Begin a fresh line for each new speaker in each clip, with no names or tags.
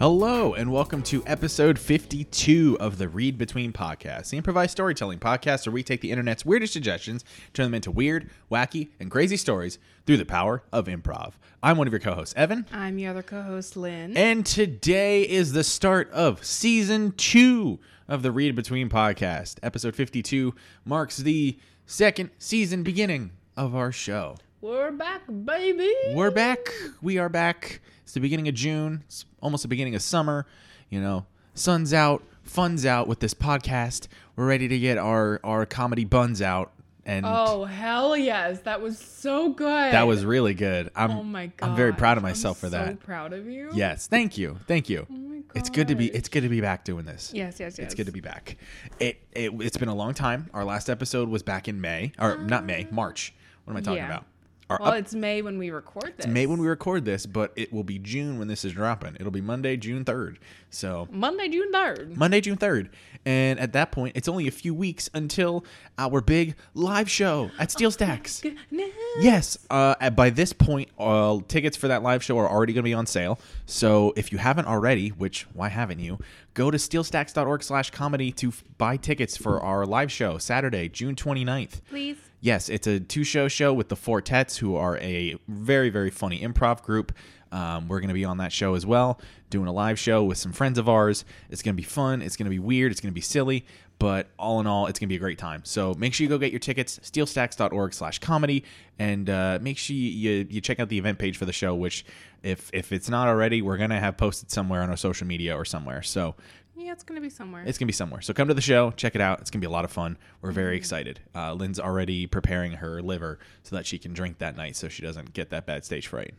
Hello, and welcome to episode 52 of the Read Between Podcast, the improvised storytelling podcast where we take the internet's weirdest suggestions, turn them into weird, wacky, and crazy stories through the power of improv. I'm one of your co hosts, Evan,
I'm your other co-host, Lynn.
and today is the start of season two of the Read Between Podcast. Episode 52 marks the second season beginning of our show.
We're back, baby.
We're back. We are back. It's the beginning of June. It's almost the beginning of summer. You know, sun's out, fun's out with this podcast. We're ready to get our our comedy buns out, and
Oh hell yes, that was so good.
that was really good. I'm
Oh my god.
I'm very proud of myself for that.
proud of you.
Yes, thank you, thank you.
my
it's good to be.
gosh.
It's good to be back doing this.
Yes, yes, yes.
It's good to be back. It, it it's been a long time. Our last episode was back in May, or not May, March. What am I talking
Um, yeah.
about? Our
Well, it's May when we record this.
May when we record this, but it will be June when this is dropping. It'll be Monday, June 3rd. So,
Monday, June third.
Monday, June 3rd. And at that point, it's only a few weeks until our big live show at Steel
Oh
Stacks. Yes, uh, at- by this point, uh, tickets for that live show are already going to be on sale. So if you haven't already, which why haven't you? Go to steelstacks.org slash comedy to f- buy tickets for our live show Saturday, June 29th.
Please.
Yes, it's a two show show with the Fortets, who are a very, very funny improv group. Um, we're going to be on that show as well, doing a live show with some friends of ours. It's going to be fun. It's going to be weird. It's going to be silly. But all in all, it's going to be a great time. So make sure you go get your tickets, steelstacks.org slash comedy, and uh, make sure you, you, you check out the event page for the show, which if, if it's not already, we're going to have posted somewhere on our social media or somewhere. So
Yeah, it's gonna be somewhere.
it's gonna be somewhere. So come to the show, check it out. It's gonna be a lot of fun. We're
Mm-hmm.
very excited. Uh, Lynn's already preparing her liver so that she can drink that night, so she doesn't get that bad stage fright.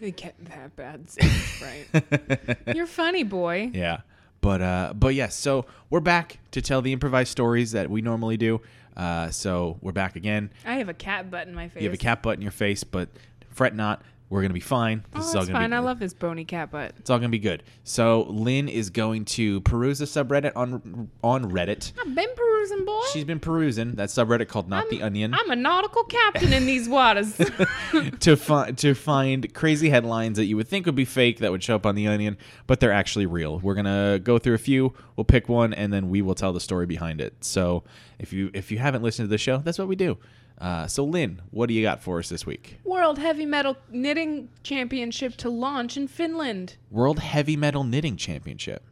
They get that bad, stuff, right? You're funny, boy.
Yeah, but uh, but yes. so we're back to tell the improvised stories that we normally do. Uh, so we're back again.
I have a cat butt in my face.
You have a cat butt in your face, but fret not. We're gonna be fine.
Oh,
This is all
that's
gonna
fine.
be
I love this bony cat butt.
It's all gonna be good. So Lynn is going to peruse the subreddit on on Reddit.
I've been perusing, boy.
She's been perusing that subreddit called Not the Onion.
I'm a nautical captain in these waters.
to find to find crazy headlines that you would think would be fake that would show up on the Onion, but they're actually real. We're gonna go through a few. We'll pick one, and then we will tell the story behind it. So if you if you haven't listened to the show, that's what we do. Uh, so Lynn, what do you got for us this week?
World Heavy Metal Knitting Championship to launch in Finland.
World Heavy Metal Knitting Championship.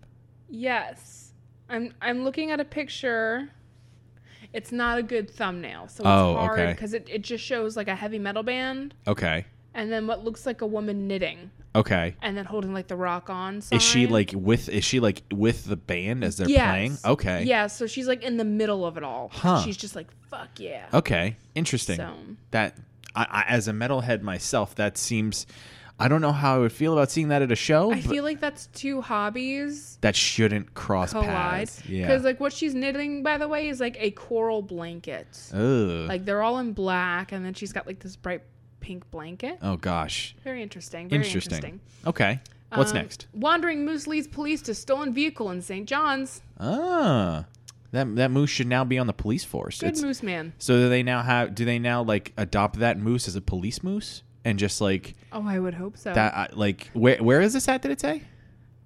Yes. I'm I'm looking at a picture. It's not a good thumbnail, so it's
Oh,
hard
okay.
because it, it just shows like a heavy metal band
Okay,
and then what looks like a woman knitting
okay.
and then holding like the rock on sign.
Is she like with? Is she like with the band as they're
Yes.
playing? Okay,
Yeah, so she's like in the middle of it all.
Huh. Oh,
She's just like, fuck yeah.
Okay, interesting.
So-
That I, I, as a metalhead myself, that seems. I don't know how I would feel about seeing that at a show.
I
but-
feel like that's two hobbies
that shouldn't cross
collide.
paths.
Because
Yeah.
like what she's knitting, by the way, is like a coral blanket.
Ugh.
Like they're all in black, and then she's got like this bright pink blanket.
oh gosh.
Very interesting. Very
interesting.
interesting.
Okay. What's
Um,
next?
Wandering moose leads police to stolen vehicle in St. John's.
Ah, that that moose should now be on the police force.
Good
It's-
moose man.
so do they now have? Do they now like adopt that moose as a police moose and just like
Oh, I would hope so.
that? I like where where is this at? Did it say?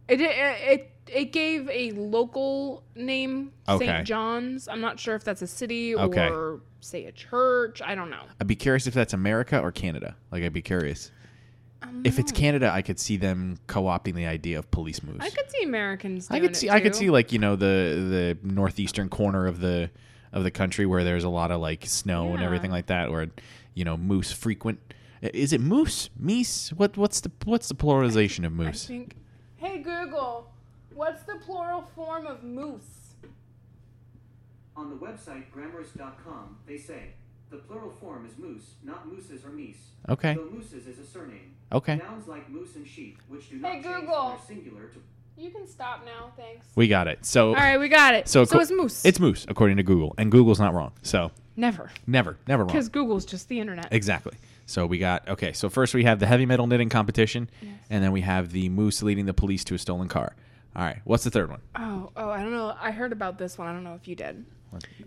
it, it it it gave a local name,
Okay.
St. John's. I'm not sure if that's a city
Okay.
or say a church. I don't know.
I'd be curious if that's America or Canada. Like I'd be curious. If it's Canada, I could see them co-opting the idea of police moose.
I could see Americans. Doing
I could see
It
I could
too.
see like you know the the northeastern corner of the of the country where there's a lot of like snow and
Yeah.
everything like that where you know moose frequent I- is it moose meese what what's the what's the pluralization of
I
moose
think. Hey Google, what's the plural form of moose?
On the website grammars.com, they say the plural form is moose, not mooses or meese.
okay
Though mooses is a surname.
okay
Nouns like moose and sheep, which do not
Hey,
change from
Google.
their singular to
You can stop now. Thanks.
we got it so
All right, we got it.
so,
So,
acco-
it's moose.
it's moose according to Google and Google's not wrong so
never
never never wrong
because Google's just the internet.
Exactly. So we got okay. So first we have the heavy metal knitting competition, and then we have the moose leading the police to a stolen car. All right, what's the third one?
Oh, oh, I don't know. I heard about this one. I don't know if you did.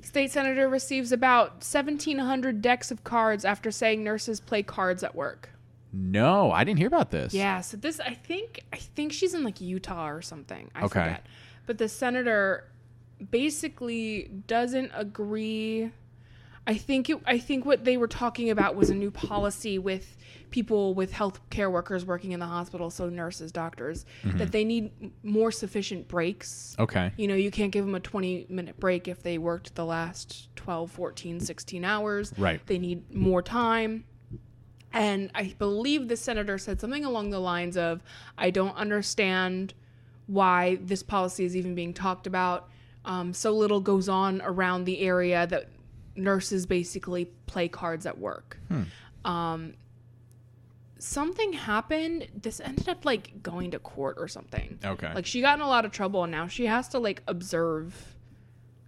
State senator receives about 1,700 decks of cards after saying nurses play cards at work.
No, I didn't hear about this.
Yeah, so this I think I think she's in like Utah or something. I
Okay.
forget. But the senator basically doesn't agree. I think it, I think what they were talking about was a new policy with people with health care workers working in the hospital, so nurses, doctors, that they need m- more sufficient breaks.
Okay.
You know, you can't give them a 20 minute break if they worked the last 12, 14, 16 hours.
Right.
They need more time. And I believe the senator said something along the lines of, I don't understand why this policy is even being talked about. Um, so little goes on around the area that nurses basically play cards at work. Um,
Hmm.
something happened. This ended up like going to court or something.
Okay.
Like she got in a lot of trouble and now she has to like observe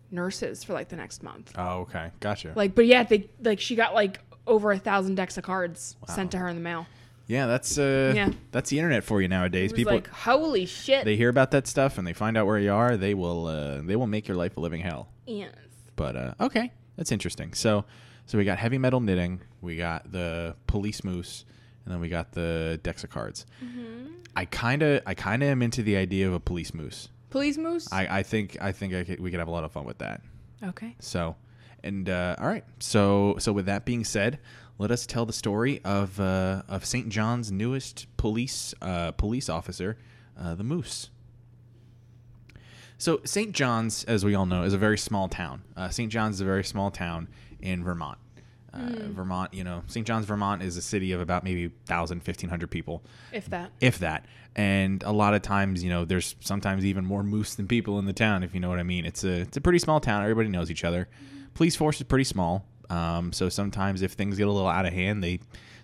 nurses for like the next month.
oh, okay. Gotcha.
Like, but yeah, they like she got like over a thousand decks of cards sent to her in the mail.
yeah, that's uh,
Yeah.
that's the internet for you nowadays.
It was
People
like, holy shit.
they hear about that stuff and they find out where you are. They will uh, they will make your life a living hell.
yes.
But uh, okay, that's interesting. So so we got heavy metal knitting, we got the police moose, and then we got the Dexa cards. I kind of I kind of am into the idea of a police moose.
Police moose.
I, I think I think I could, we could have a lot of fun with that.
okay.
So, and uh, all right. So, so with that being said, let us tell the story of uh, of St. John's newest police uh, police officer, uh, the Moose. So, St. John's, as we all know, is a very small town. Uh, St. John's is a very small town in Vermont. Uh, Vermont, you know, St. John's, Vermont is a city of about maybe 1,000, 1,500 people
If that.
if that. And a lot of times, you know, there's sometimes even more moose than people in the town, if you know what I mean. It's a it's a pretty small town. Everybody knows each other. Police force is pretty small, um, so sometimes if things get a little out of hand, they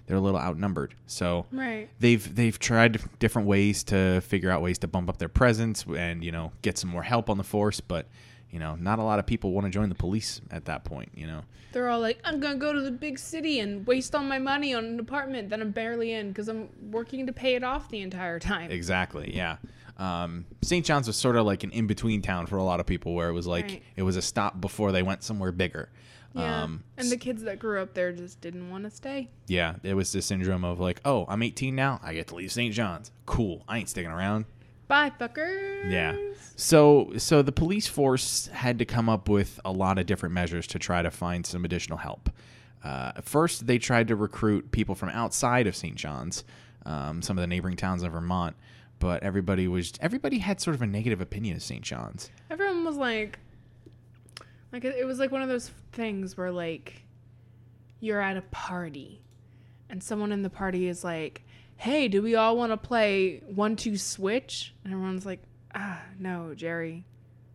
they're a little outnumbered. So
Right.
they've they've tried different ways to figure out ways to bump up their presence and you know get some more help on the force, but you know not a lot of people want to join the police at that point. You know,
They're all like, I'm gonna go to the big city and waste all my money on an apartment that I'm barely in because I'm working to pay it off the entire time.
Exactly. Yeah. Um, St. John's was sort of like an in between town for a lot of people, where it was like
Right.
it was a stop before they went somewhere bigger.
yeah.
Um,
and the kids that grew up there just didn't want to stay.
yeah, it was the syndrome of like, oh, I'm 18 now, I get to leave St. John's. Cool, I ain't sticking around.
Bye, fuckers.
Yeah. So so the police force had to come up with a lot of different measures to try to find some additional help. Uh, first, they tried to recruit people from outside of St. John's, um, some of the neighboring towns in Vermont, but everybody was everybody had sort of a negative opinion of St. John's.
Everyone was like, like it it was like one of those things where like you're at a party, and someone in the party is like, "Hey, do we all want to play one two switch?" And everyone's like, "Ah, no, Jerry,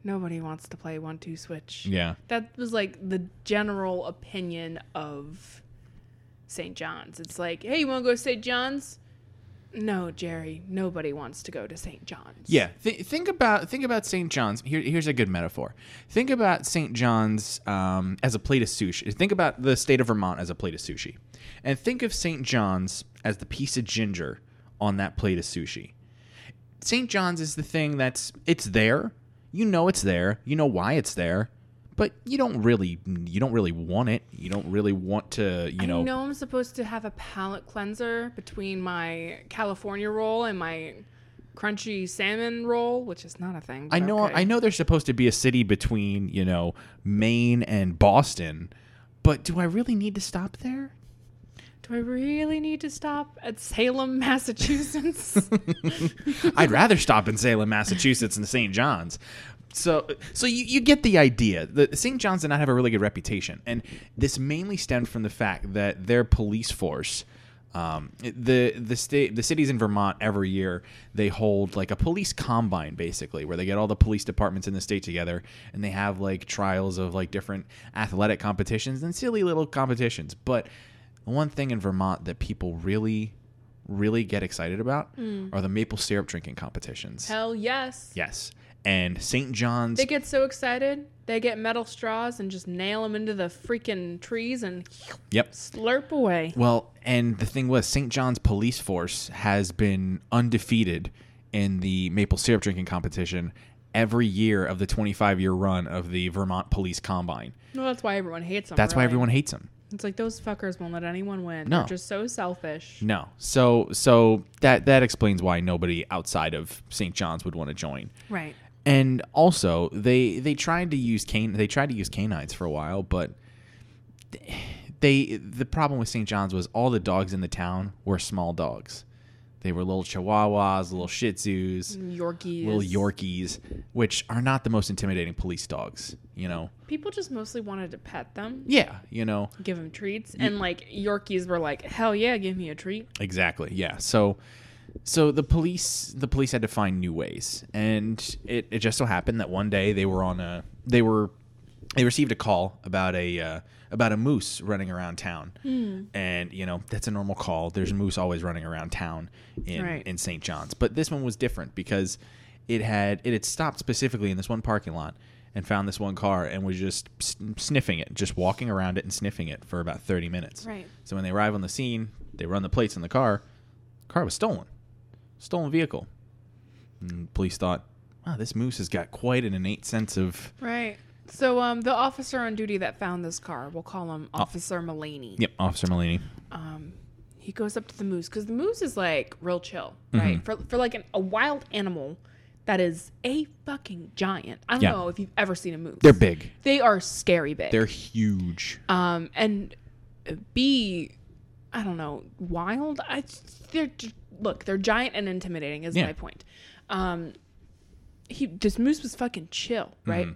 nobody wants to play one two switch."
Yeah.
That was like the general opinion of St. John's. It's like, "Hey, you want to go to St. John's?" No, Jerry, nobody wants to go to St. John's.
Yeah, Th- think about think about St. John's. Here, here's a good metaphor. Think about St. John's um, as a plate of sushi. Think about the state of Vermont as a plate of sushi, and think of St. John's as the piece of ginger on that plate of sushi. St. John's is the thing that's it's there. You know it's there. You know why it's there, but you don't really you don't really want it. You don't really want to. You
I
know.
know I'm supposed to have a palate cleanser between my California roll and my crunchy salmon roll, which is not a thing.
I know I know there's supposed to be a city between, you know, Maine and Boston, but do I really need to stop there?
Do I really need to stop at Salem, Massachusetts?
I'd rather stop in Salem, Massachusetts than St. John's. So so you, you get the idea. The St. John's did not have a really good reputation. And this mainly stemmed from the fact that their police force um, the the state the cities in Vermont every year they hold like a police combine basically where they get all the police departments in the state together and they have like trials of like different athletic competitions and silly little competitions but the one thing in Vermont that people really really get excited about are the maple syrup drinking competitions.
Hell yes.
Yes. And St. John's
They get so excited, they get metal straws and just nail them into the freaking trees and
Yep.
slurp away.
Well, and the thing was St. John's police force has been undefeated in the maple syrup drinking competition every year of the 25 year run of the Vermont Police Combine.
Well, that's why everyone hates them.
That's why
really.
everyone hates them.
It's like those fuckers won't let anyone win.
No.
They're just so selfish.
No. So so that that explains why nobody outside of St. John's would want to join.
Right.
And also, they they tried to use can they tried to use canines for a while, but they the problem with St. John's was all the dogs in the town were small dogs. They were little chihuahuas, little shih tzus,
Yorkies.
little yorkies, which are not the most intimidating police dogs, you know.
People just mostly wanted to pet them,
Yeah, you know.
give them treats, and like Yorkies were like, "Hell yeah, give me a treat."
Exactly. Yeah. So so the police the police had to find new ways. And it, it just so happened that one day they were on a they were they received a call about a uh, about a moose running around town. And you know, that's a normal call. There's a moose always running around town in
Right.
in St. John's. But this one was different because it had it had stopped specifically in this one parking lot and found this one car and was just sn- sniffing it, just walking around it and sniffing it for about 30 minutes.
Right.
So when they arrive on the scene, they run the plates in the car. car was stolen. Stolen vehicle. And police thought, wow, this moose has got quite an innate sense of.
Right. So, um, the officer on duty that found this car, we'll call him Officer Mullaney.
Yep, Officer Mulaney.
Um, he goes up to the moose because the moose is like real chill, right? For for like an, a wild animal that is a fucking giant. I don't
Yeah.
know if you've ever seen a moose.
They're big.
They are scary big.
They're huge.
um and b i don't know wild i they're j- look they're giant and intimidating is
Yeah.
my point um he this moose was fucking chill right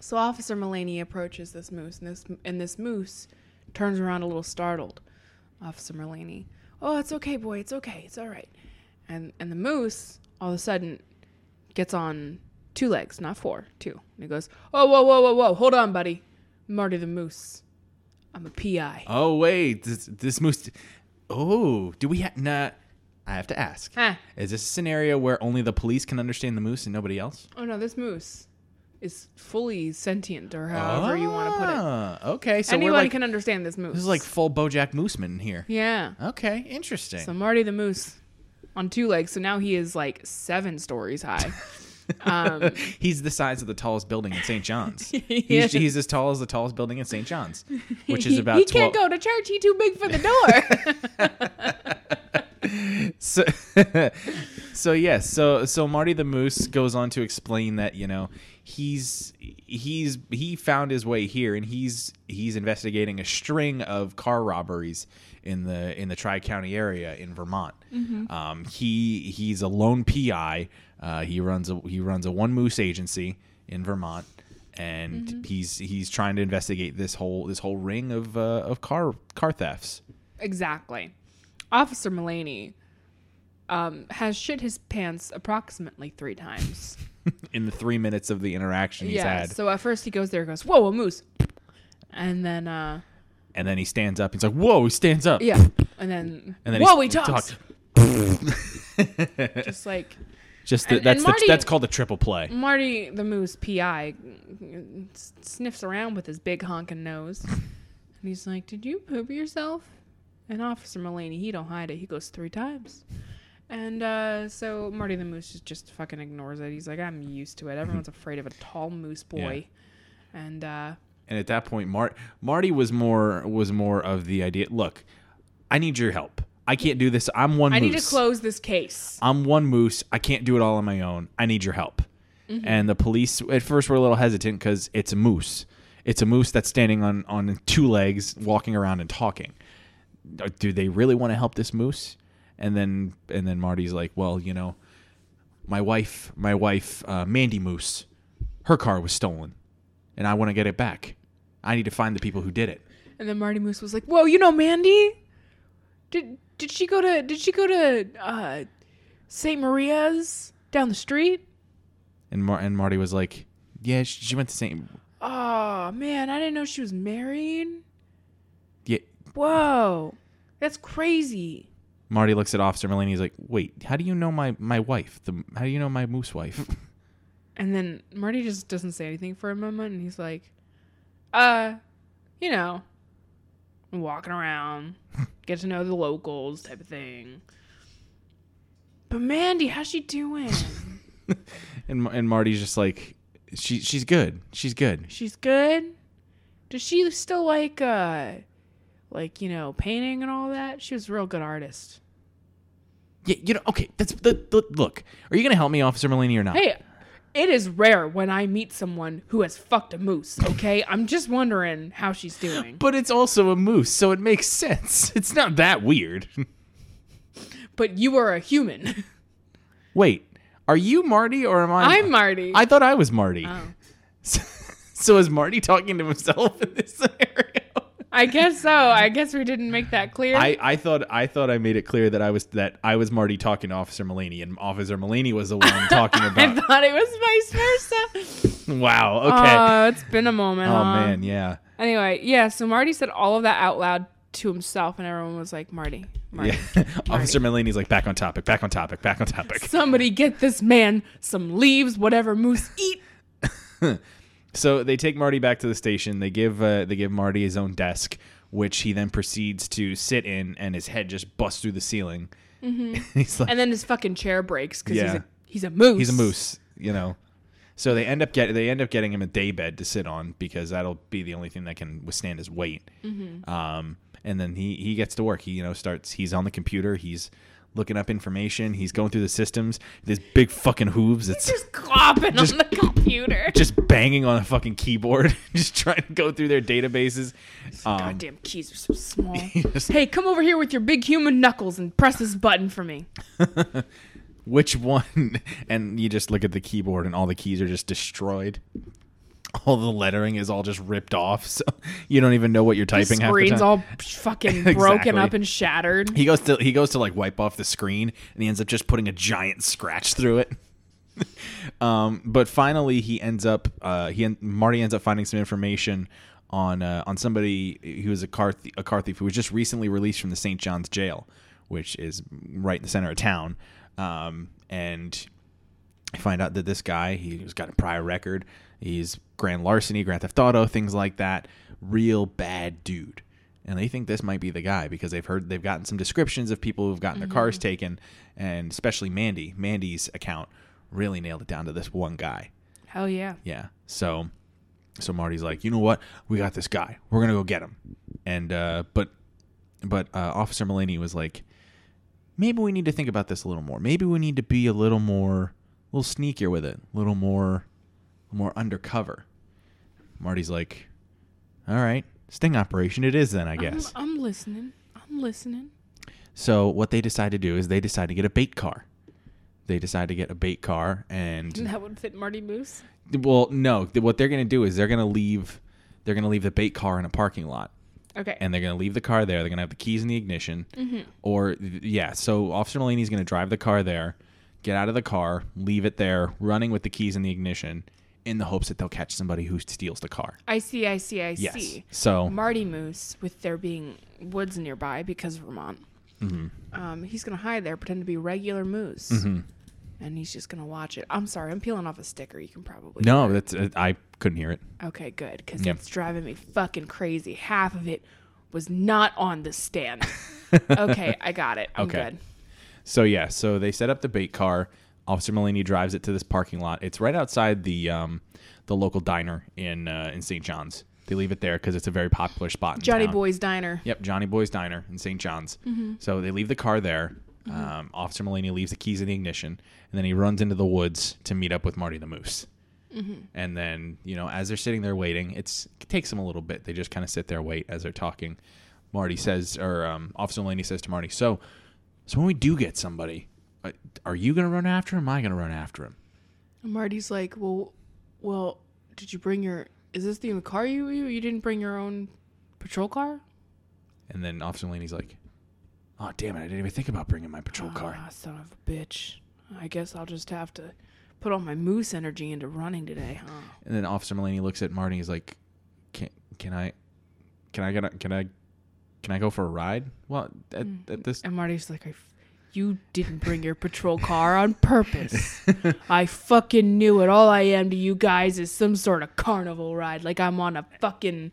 so officer mulaney approaches this moose and this and this moose turns around a little startled officer mulaney oh it's okay boy it's okay it's all right and and the moose all of a sudden gets on two legs, not four, two. And he goes, Oh, whoa, whoa, whoa, whoa, hold on, buddy. Marty the Moose. I'm a PI.
Oh, wait. This, this moose. Oh, do we have. Nah. I have to ask.
Huh.
Is this a scenario where only the police can understand the moose and nobody else?
Oh no, this moose is fully sentient or however you want to put it.
Ah, Okay, so
Anyone
we're like.
can understand this moose.
this is like full Bojack Mooseman here.
Yeah.
Okay, interesting.
So Marty the Moose on two legs, so now he is like seven stories high. um
he's the size of the tallest building in St. John's.
is.
he's, he's as tall as the tallest building in St. John's, which
he,
is about
he
12.
can't go to church, he too big for the door.
So, so yes, so so Marty the Moose goes on to explain that you know he's he's he found his way here, and he's he's investigating a string of car robberies in the in the Tri County area in Vermont.
Mm-hmm.
Um, he he's a lone PI. Uh, he runs a he runs a one moose agency in Vermont. And
Mm-hmm.
he's he's trying to investigate this whole this whole ring of uh, of car car thefts.
Exactly. Officer Mulaney um, has shit his pants approximately three times.
in the three minutes of the interaction he's
yeah.
had.
So at first he goes there, goes, "Whoa, a moose," and then uh,
and then he stands up. He's like, "Whoa!" He stands up.
yeah, and then,
And then
whoa, he
he's-
talks.
talks.
Just like
Just the,
And-
that's
and
the,
Marty-
that's called the triple play.
Marty the moose PI s- sniffs around with his big honking nose, and he's like, "Did you poop yourself?" And Officer Mulaney, he don't hide it. He goes three times. And uh, so Marty the Moose just, just fucking ignores it. He's like, I'm used to it. Everyone's afraid of a tall moose boy. And uh,
And at that point, Mar- Marty was more was more of the idea. Look, I need your help. I can't do this. I'm one.
I
moose.
need to close this case.
I'm one moose. I can't do it all on my own. I need your help. And the police at first were a little hesitant because it's a moose. It's a moose that's standing on on two legs, walking around and talking. Uh, Do they really want to help this moose? And then and then Marty's like, well, you know, my wife, my wife, uh, Mandy Moose, her car was stolen, and I want to get it back. I need to find the people who did it.
And then Marty Moose was like, "Whoa, you know Mandy? Did did she go to did she go to uh, St. Maria's down the street?
And Mar- and Marty was like, yeah, she, she went to St.
Oh man, I didn't know she was married.
Yeah,
Whoa, that's crazy.
Marty looks at Officer Mulaney. He's like, "Wait, how do you know my my wife? The how do you know my moose wife?"
And then Marty just doesn't say anything for a moment, and he's like, "Uh, you know, walking around, get to know the locals, type of thing." But Mandy, how's she doing?
and and Marty's just like, "She she's good. She's good.
She's good. Does she still like uh like you know painting and all that. She was a real good artist.
Yeah, you know, okay, that's the, the look. Are you going to help me, Officer Mulaney, or not?
Hey, it is rare when I meet someone who has fucked a moose. Okay, I'm just wondering how she's doing.
But it's also a moose, so it makes sense. It's not that weird.
But you are a human.
Wait, are you Marty or am I?
I'm Marty.
I thought I was Marty.
Oh.
So, so is Marty talking to himself in this scenario?
I guess so. I guess we didn't make that clear.
I, I thought I thought I made it clear that I was that I was Marty talking to Officer Mulaney, and Officer Mulaney was the one talking
I
about.
thought it was vice versa.
wow.
Oh,
Okay.
it's been a moment.
oh
huh?
man. Yeah.
Anyway, yeah. So Marty said all of that out loud to himself, and everyone was like, "Marty, Marty,
Yeah. Officer Mulaney's like back on topic. Back on topic. Back on topic.
somebody get this man some leaves, whatever moose eat."
So they take Marty back to the station. They give uh, they give Marty his own desk, which he then proceeds to sit in, and his head just busts through the ceiling. he's like,
And then his fucking chair breaks because
Yeah.
he's a he's a moose.
he's a moose, you know. So they end up get they end up getting him a day bed to sit on because that'll be the only thing that can withstand his weight. Um, and then he he gets to work. He you know starts. He's on the computer. He's looking up information. He's going through the systems. These big fucking hooves. It's
Just clopping
Just-
on the computer.
just banging on a fucking keyboard, just trying to go through their databases. Um,
Goddamn keys are so small.
just-
hey, come over here with your big human knuckles and press this button for me.
which one? And you just look at the keyboard, and all the keys are just destroyed. All the lettering is all just ripped off, so you don't even know what you're typing. half the
Screen's
time.
all fucking broken
Exactly.
up and shattered.
He goes to he goes to like wipe off the screen, and he ends up just putting a giant scratch through it. um, but finally, he ends up uh, he en- Marty ends up finding some information on uh, on somebody who was a car th- a car thief who was just recently released from the St. John's jail, which is right in the center of town. Um, and I find out that this guy he's got a prior record. He's grand larceny, grand theft auto, things like that. Real bad dude. And they think this might be the guy because they've heard they've gotten some descriptions of people who've gotten their cars taken, and especially Mandy. Mandy's account really nailed it down to this one guy.
Hell yeah.
Yeah. So so Marty's like, you know what? We got this guy. We're gonna go get him. And uh, but but uh, Officer Mulaney was like, maybe we need to think about this a little more. Maybe we need to be a little more, a little sneakier with it. A little more, more undercover. Marty's like, all right, sting operation. It is then, I guess.
I'm, I'm listening. I'm listening.
So what they decide to do is they decide to get a bait car. They decide to get a bait car and
That would fit Marty Moose.
well, no, th- what they're going to do is they're going to leave they're going to leave the bait car in a parking lot
Okay.
and they're going to leave the car there. They're going to have the keys in the ignition or yeah, so Officer Mulaney's going to drive the car there, get out of the car, leave it there running with the keys in the ignition in the hopes that they'll catch somebody who steals the car.
I see, I see, I
Yes.
see.
So
Marty Moose, with there being woods nearby because of Vermont,
Mm-hmm.
um, he's going to hide there, pretend to be regular moose. And he's just going to watch it. I'm sorry, I'm peeling off a sticker. You can probably.
no, that's uh, I couldn't hear it.
Okay, good. Because
Yeah.
it's driving me fucking crazy. Half of it was not on the stand. okay, I got it. I'm
Okay.
good.
So yeah, so they set up the bait car. Officer Mulaney drives it to this parking lot. It's right outside the um, the local diner in uh, in St. John's. They leave it there because it's a very popular spot. In
Johnny
town.
Boy's Diner.
Yep, Johnny Boy's Diner in St. John's. So they leave the car there. Um, Officer Mulaney leaves the keys in the ignition, and then he runs into the woods to meet up with Marty the Moose. And then, you know, as they're sitting there waiting, it's, it takes them a little bit. They just kind of sit there, wait as they're talking. Marty says, or um, Officer Mulaney says to Marty, "So, so when we do get somebody, uh, are you gonna run after him? Am I gonna run after him?"
And Marty's like, well, well, did you bring your? Is this the only car you you you didn't bring your own patrol car?
And then Officer Mulaney's like, "Oh damn it! I didn't even think about bringing my patrol car."
Ah, son of a bitch. I guess I'll just have to put all my moose energy into running today, huh?
And then Officer Mulaney looks at Marty. He's like, "Can can I, can I get a, can I, can I go for a ride?" Well, at,
Mm-hmm.
at this,
And Marty's like, I, f- you didn't bring your patrol car on purpose. I fucking knew it. All I am to you guys is some sort of carnival ride. Like I'm on a fucking.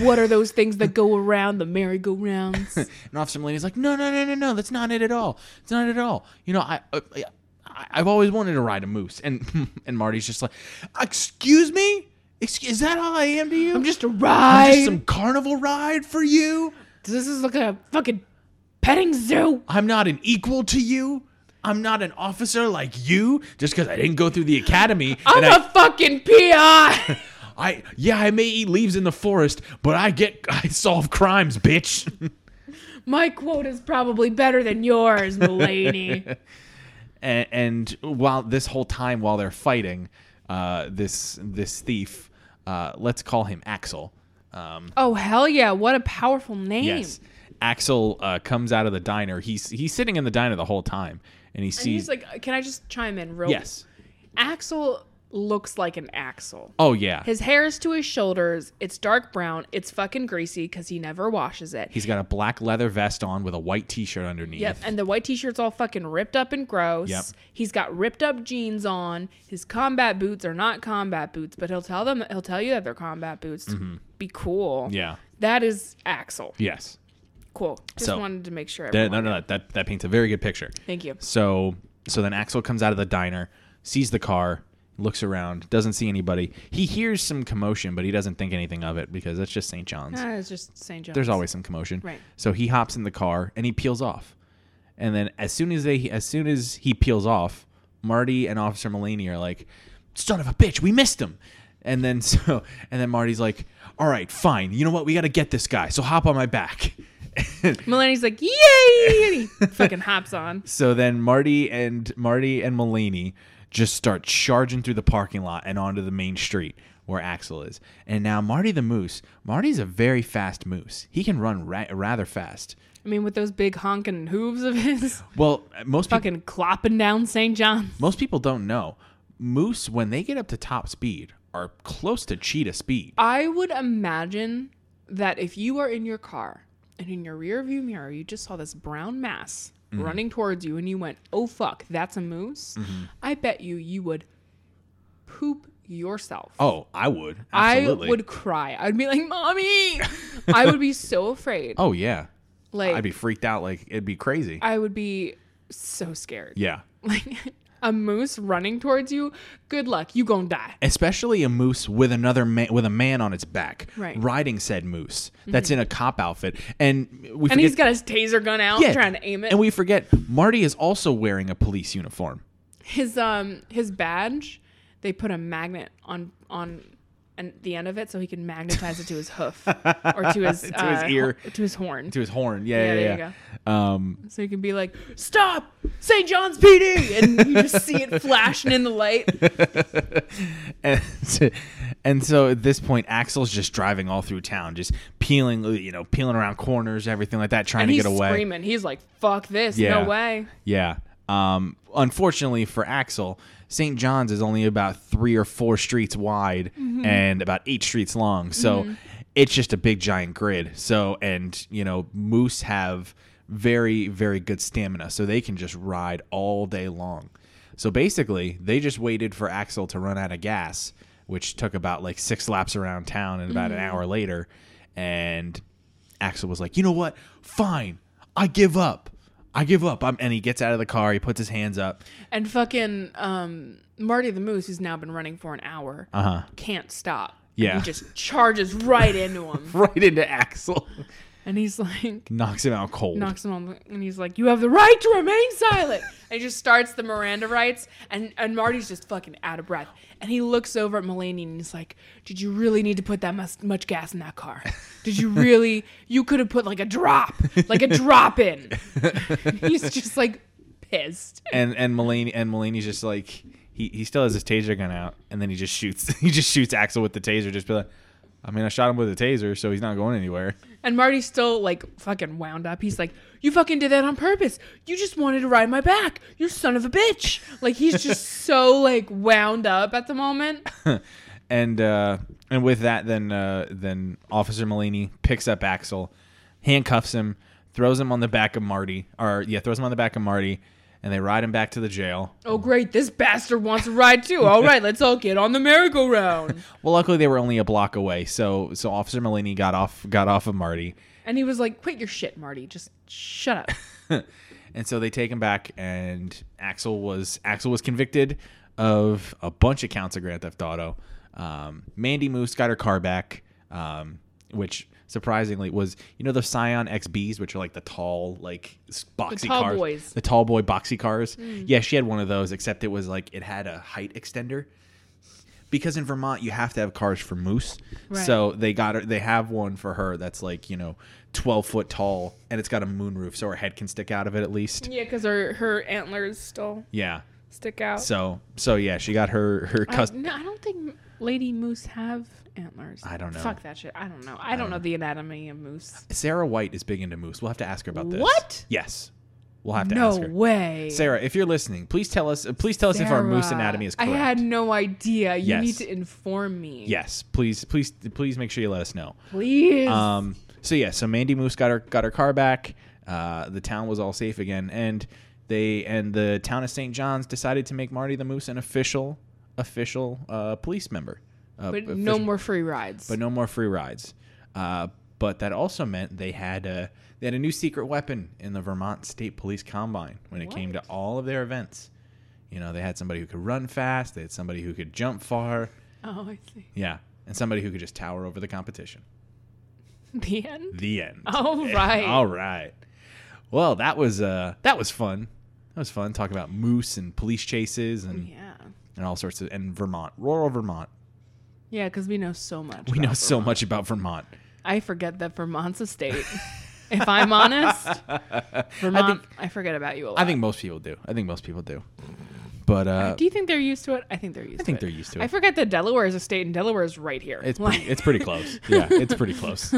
What are those things that go around the merry-go-rounds?
and Officer Mulaney's like, "No, no, no, no, no. That's not it at all. It's not it at all. You know, I." Uh, I I've always wanted to ride a moose, and and Marty's just like, "Excuse me, Excu- is that all I am to you?
I'm just a
I'm
ride.
just some carnival ride for you."
This is like a fucking petting zoo.
I'm not an equal to you. I'm not an officer like you just because I didn't go through the academy.
I'm
and
a
I,
fucking PI.
I, yeah, I may eat leaves in the forest, but I get, I solve crimes, bitch.
My quote is probably better than yours, Mulaney.
and, and while this whole time while they're fighting uh, this this thief uh, let's call him axel um,
oh hell yeah! What a powerful name.
yes axel uh, comes out of the diner he's he's sitting in the diner the whole time and he sees
And he's like, "Oh." can I just chime in real?
yes
Axel looks like an Axel.
oh yeah
His hair is to his shoulders. It's dark brown. It's fucking greasy because he never washes it.
he's got a black leather vest on with a white t-shirt underneath
Yep, and the white t-shirt's all fucking ripped up and gross.
Yep.
He's got ripped up jeans on. His combat boots are not combat boots, but he'll tell them he'll tell you that they're combat boots. to Be cool.
Mm-hmm. yeah
That is Axel.
yes
Cool. Just
So-
wanted to make sure.
That-
Everyone
no no no that, that paints a very good picture
Thank you.
So so then Axel comes out of the diner, sees the car, looks around, doesn't see anybody. He hears some commotion, but he doesn't think anything of it because that's just St. John's.
Ah, it's just St. John.
There's always some commotion.
Right.
So he hops in the car and he peels off. And then as soon as they as soon as he peels off, Marty and Officer Mulaney are like, "Son of a bitch, we missed him." And then so and then Marty's like, "All right, fine. You know what? We got to get this guy. So hop on my back."
Melania's like, yay! And he fucking hops on.
So then Marty and Marty and Mulaney just start charging through the parking lot and onto the main street where Axel is. And now Marty the Moose, Marty's a very fast moose. He can run ra- rather fast.
I mean, with those big honking hooves of his,
Well, most people,
fucking clopping down St. John's.
most people don't know moose when they get up to top speed are close to cheetah speed.
I would imagine that if you are in your car and in your rear view mirror, you just saw this brown mass
Mm-hmm.
running towards you and you went, oh fuck, that's a moose, I bet you you would poop yourself.
Oh, I would absolutely.
I would cry. I'd be like, mommy! I would be so afraid.
Oh yeah,
like,
I'd be freaked out. Like it'd be crazy.
I would be so scared.
yeah,
Like, a moose running towards you, good luck. You gonna die.
especially a moose with another man with a man on its back
Right. Mm-hmm.
riding said moose that's in a cop outfit and we forget,
And he's got his taser gun out
Yeah.
trying to aim it.
and we forget marty is also wearing a police uniform
his um his badge they put a magnet on on and the end of it so he can magnetize it to his hoof or to his to
his ear.
to his horn
to his horn yeah yeah
there
yeah,
you
um
so he can be like stop st john's pd and you just see it flashing in the light
and, and so at this point axel's just driving all through town just peeling you know peeling around corners everything like that trying
and
to
he's
get away
screaming he's like fuck this
Yeah.
no way
Yeah. Um, unfortunately for Axel, St. John's is only about three or four streets wide and about eight streets long. So it's just a big giant grid. So, and, you know, moose have very, very good stamina. So they can just ride all day long. So basically, they just waited for Axel to run out of gas, which took about like six laps around town and about an hour later. And Axel was like, you know what? Fine. I give up. I give up. I'm, and he gets out of the car. He puts his hands up.
and fucking um marty the moose who's now been running for an hour uh-huh can't stop And
Yeah.
he just charges right into him
Right into Axel.
and he's like
Knocks him out cold.
knocks him on the, and he's like, "You have the right to remain silent." and he just starts the Miranda rights, and and Marty's just fucking out of breath, and he looks over at Mulaney and he's like, "Did you really need to put that much, much gas in that car? Did you really? you could have put like a drop, like a drop in." he's just like pissed.
And and Mulaney and Mulaney's just like he, he still has his taser gun out, and then he just shoots he just shoots Axel with the taser. Just be like, I mean, I shot him with a taser, so he's not going anywhere.
And Marty's still like fucking wound up. He's like, "You fucking did that on purpose. You just wanted to ride my back. You son of a bitch." Like he's just so like wound up at the moment.
and uh, and with that, then uh, then Officer Mulaney picks up Axel, handcuffs him, throws him on the back of Marty, or yeah, throws him on the back of Marty, and they ride him back to the jail.
Oh, great. This bastard wants a ride too. All right, let's all get on the merry-go-round.
Well, luckily they were only a block away, so so Officer Mulaney got off got off of Marty,
And he was like, quit your shit, Marty. Just shut up.
and so they take him back. And Axel was Axel was convicted of a bunch of counts of grand theft auto. Um, Mandy Moose got her car back, um, which surprisingly was you know the Scion XBs, which are like the tall like s- boxy
tall
cars,
boys. Hmm.
the tall boy boxy cars. Yeah, she had one of those, except it was like it had a height extender. Because in Vermont you have to have cars for moose,
Right.
so Oh, they got her. They have one for her that's like you know twelve foot tall, and it's got a moonroof, so her head can stick out of it at least.
Yeah, because her her antlers still
Yeah.
stick out.
So so yeah, she got her her
I,
custom.
no, I don't think Lady Moose have antlers.
I don't know.
Fuck that shit. I don't know. I, don't know the anatomy of moose.
Sarah White is big into moose. We'll have to ask her about this.
What?
Yes, we'll have to
No
ask her.
way.
Sarah, if you're listening, please tell us. uh, Please tell us if our moose
Sarah,
anatomy is correct.
I had no idea. You
Yes.
need to inform me.
yes, please, please, please make sure you let us know.
Please.
Um. So yeah, so Mandy Moose got her got her car back. Uh, the town was all safe again, and they and the town of St. John's decided to make Marty the Moose an official official uh, police member. Uh,
but
official-
no more free rides.
but no more free rides. Uh, but that also meant they had a they had a new secret weapon in the Vermont State Police Combine when it came to all of their events. You know, they had somebody who could run fast, they had somebody who could jump far,
oh, I see.
yeah, and somebody who could just tower over the competition.
The end.
The end.
All right.
All right. Well, that was uh that was fun. That was fun talking about moose and police chases and,
Yeah.
and all sorts of and Vermont, rural Vermont.
Yeah, because we know so much.
We
about
know so
Vermont.
much about Vermont.
I forget that Vermont's a state. if I'm honest, Vermont, I, forget about you a lot.
I think most people do. I think most people do. But uh,
Do you think they're used to it? I think they're used. I to
think
it.
they're used to
I
it.
forget that Delaware is a state, and Delaware is right here.
it's
Like-
pretty, it's pretty close. Yeah, it's pretty close.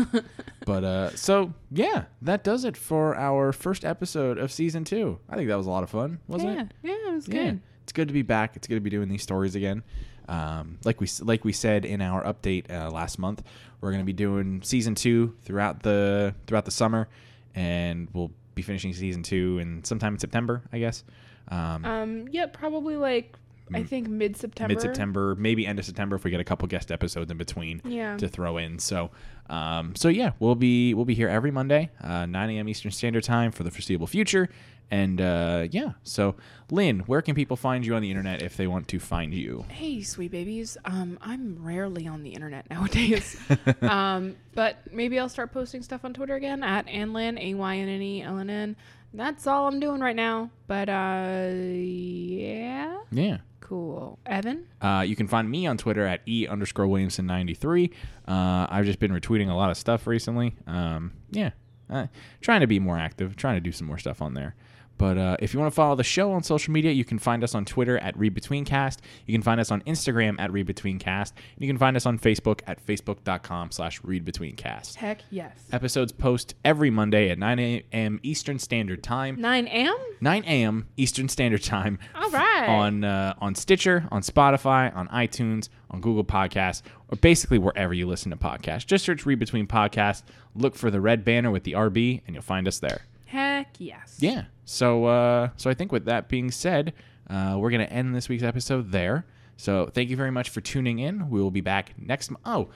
But uh, so yeah, that does it for our first episode of season two. I think that was a lot of fun, wasn't
yeah,
it?
yeah, it was
Yeah,
good.
it's good to be back. It's good to be doing these stories again. Um, like we s- like we said in our update uh, last month, we're going to be doing season two throughout the throughout the summer, and we'll be finishing season two in sometime in September, I guess. Um,
Um, yeah, probably like
Mm.
I think mid September.
mid September, maybe end of September if we get a couple guest episodes in between
Yeah.
to throw in. So, um, so yeah, we'll be we'll be here every Monday, uh, 9 a.m. Eastern Standard Time for the foreseeable future. And uh, yeah, so Lynn, where can people find you on the internet if they want to find you?
Hey, sweet babies. Um, I'm rarely on the internet nowadays. um, but maybe I'll start posting stuff on Twitter again at Anlin, A Y N N E L N N. That's all I'm doing right now. But uh, yeah,
Yeah.
cool. Evan,
Uh, you can find me on Twitter at e underscore Williamson ninety three. Uh, I've just been retweeting a lot of stuff recently. Um, yeah, uh, trying to be more active, trying to do some more stuff on there. But uh, if you want to follow the show on social media, you can find us on Twitter at ReadBetweenCast. You can find us on Instagram at ReadBetweenCast. And you can find us on Facebook at facebook.com slash ReadBetweenCast.
heck yes.
Episodes post every Monday at 9 a.m. Eastern Standard Time.
Nine am.
9 a.m. Eastern Standard Time.
All right.
On uh, on Stitcher, on Spotify, on iTunes, on Google Podcasts, or basically wherever you listen to podcasts. Just search Read Between Podcasts, look for the red banner with the RB, and you'll find us there.
Heck yes.
Yeah. So uh, so I think with that being said, uh, we're gonna end this week's episode there. So thank you very much for tuning in. We will be back next. M- oh,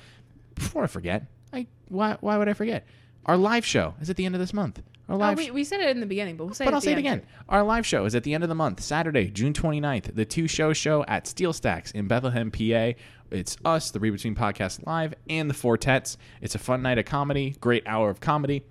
before I forget, I why why would I forget? Our live show is at the end of this month. Our
Oh,
live
we, we said it in the beginning, but we'll say it
but
at
I'll
the
say it
end.
again. Our live show is at the end of the month, Saturday, June 29th, the two show show at Steel Stacks in Bethlehem, PA. It's us, the Read Between Podcast Live, and the Four Tets. It's a fun night of comedy, great hour of comedy.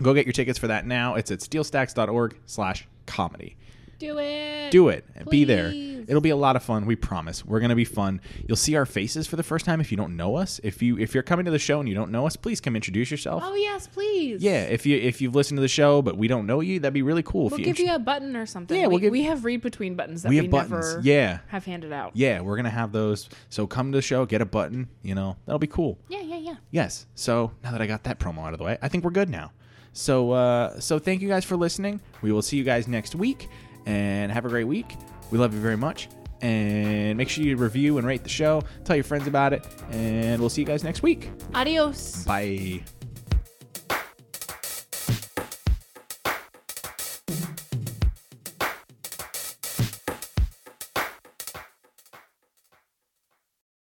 Go get your tickets for that now. It's at steelstacks.org slash comedy.
Do it.
Do it. Be there.
Uh, Please.
It'll be a lot of fun. We promise. We're gonna be fun. You'll see our faces for the first time if you don't know us. If you if you're coming to the show and you don't know us, please come introduce yourself.
Oh yes, please.
Yeah, if you if you've listened to the show but we don't know you, that'd be really cool. if
We'll
you
give you a button or something.
Yeah,
we,
we'll give-
we have read between buttons that
we
we,
have buttons.
never
Yeah.
have handed out.
Yeah, we're gonna have those. So come to the show, get a button. You know that'll be cool.
yeah, yeah. yeah.
Yes. So now that I got that promo out of the way, I think we're good now. So uh, so thank you guys for listening. We will see you guys next week, and have a great week. We love you very much, and make sure you review and rate the show. Tell your friends about it, and we'll see you guys next week.
Adios.
Bye.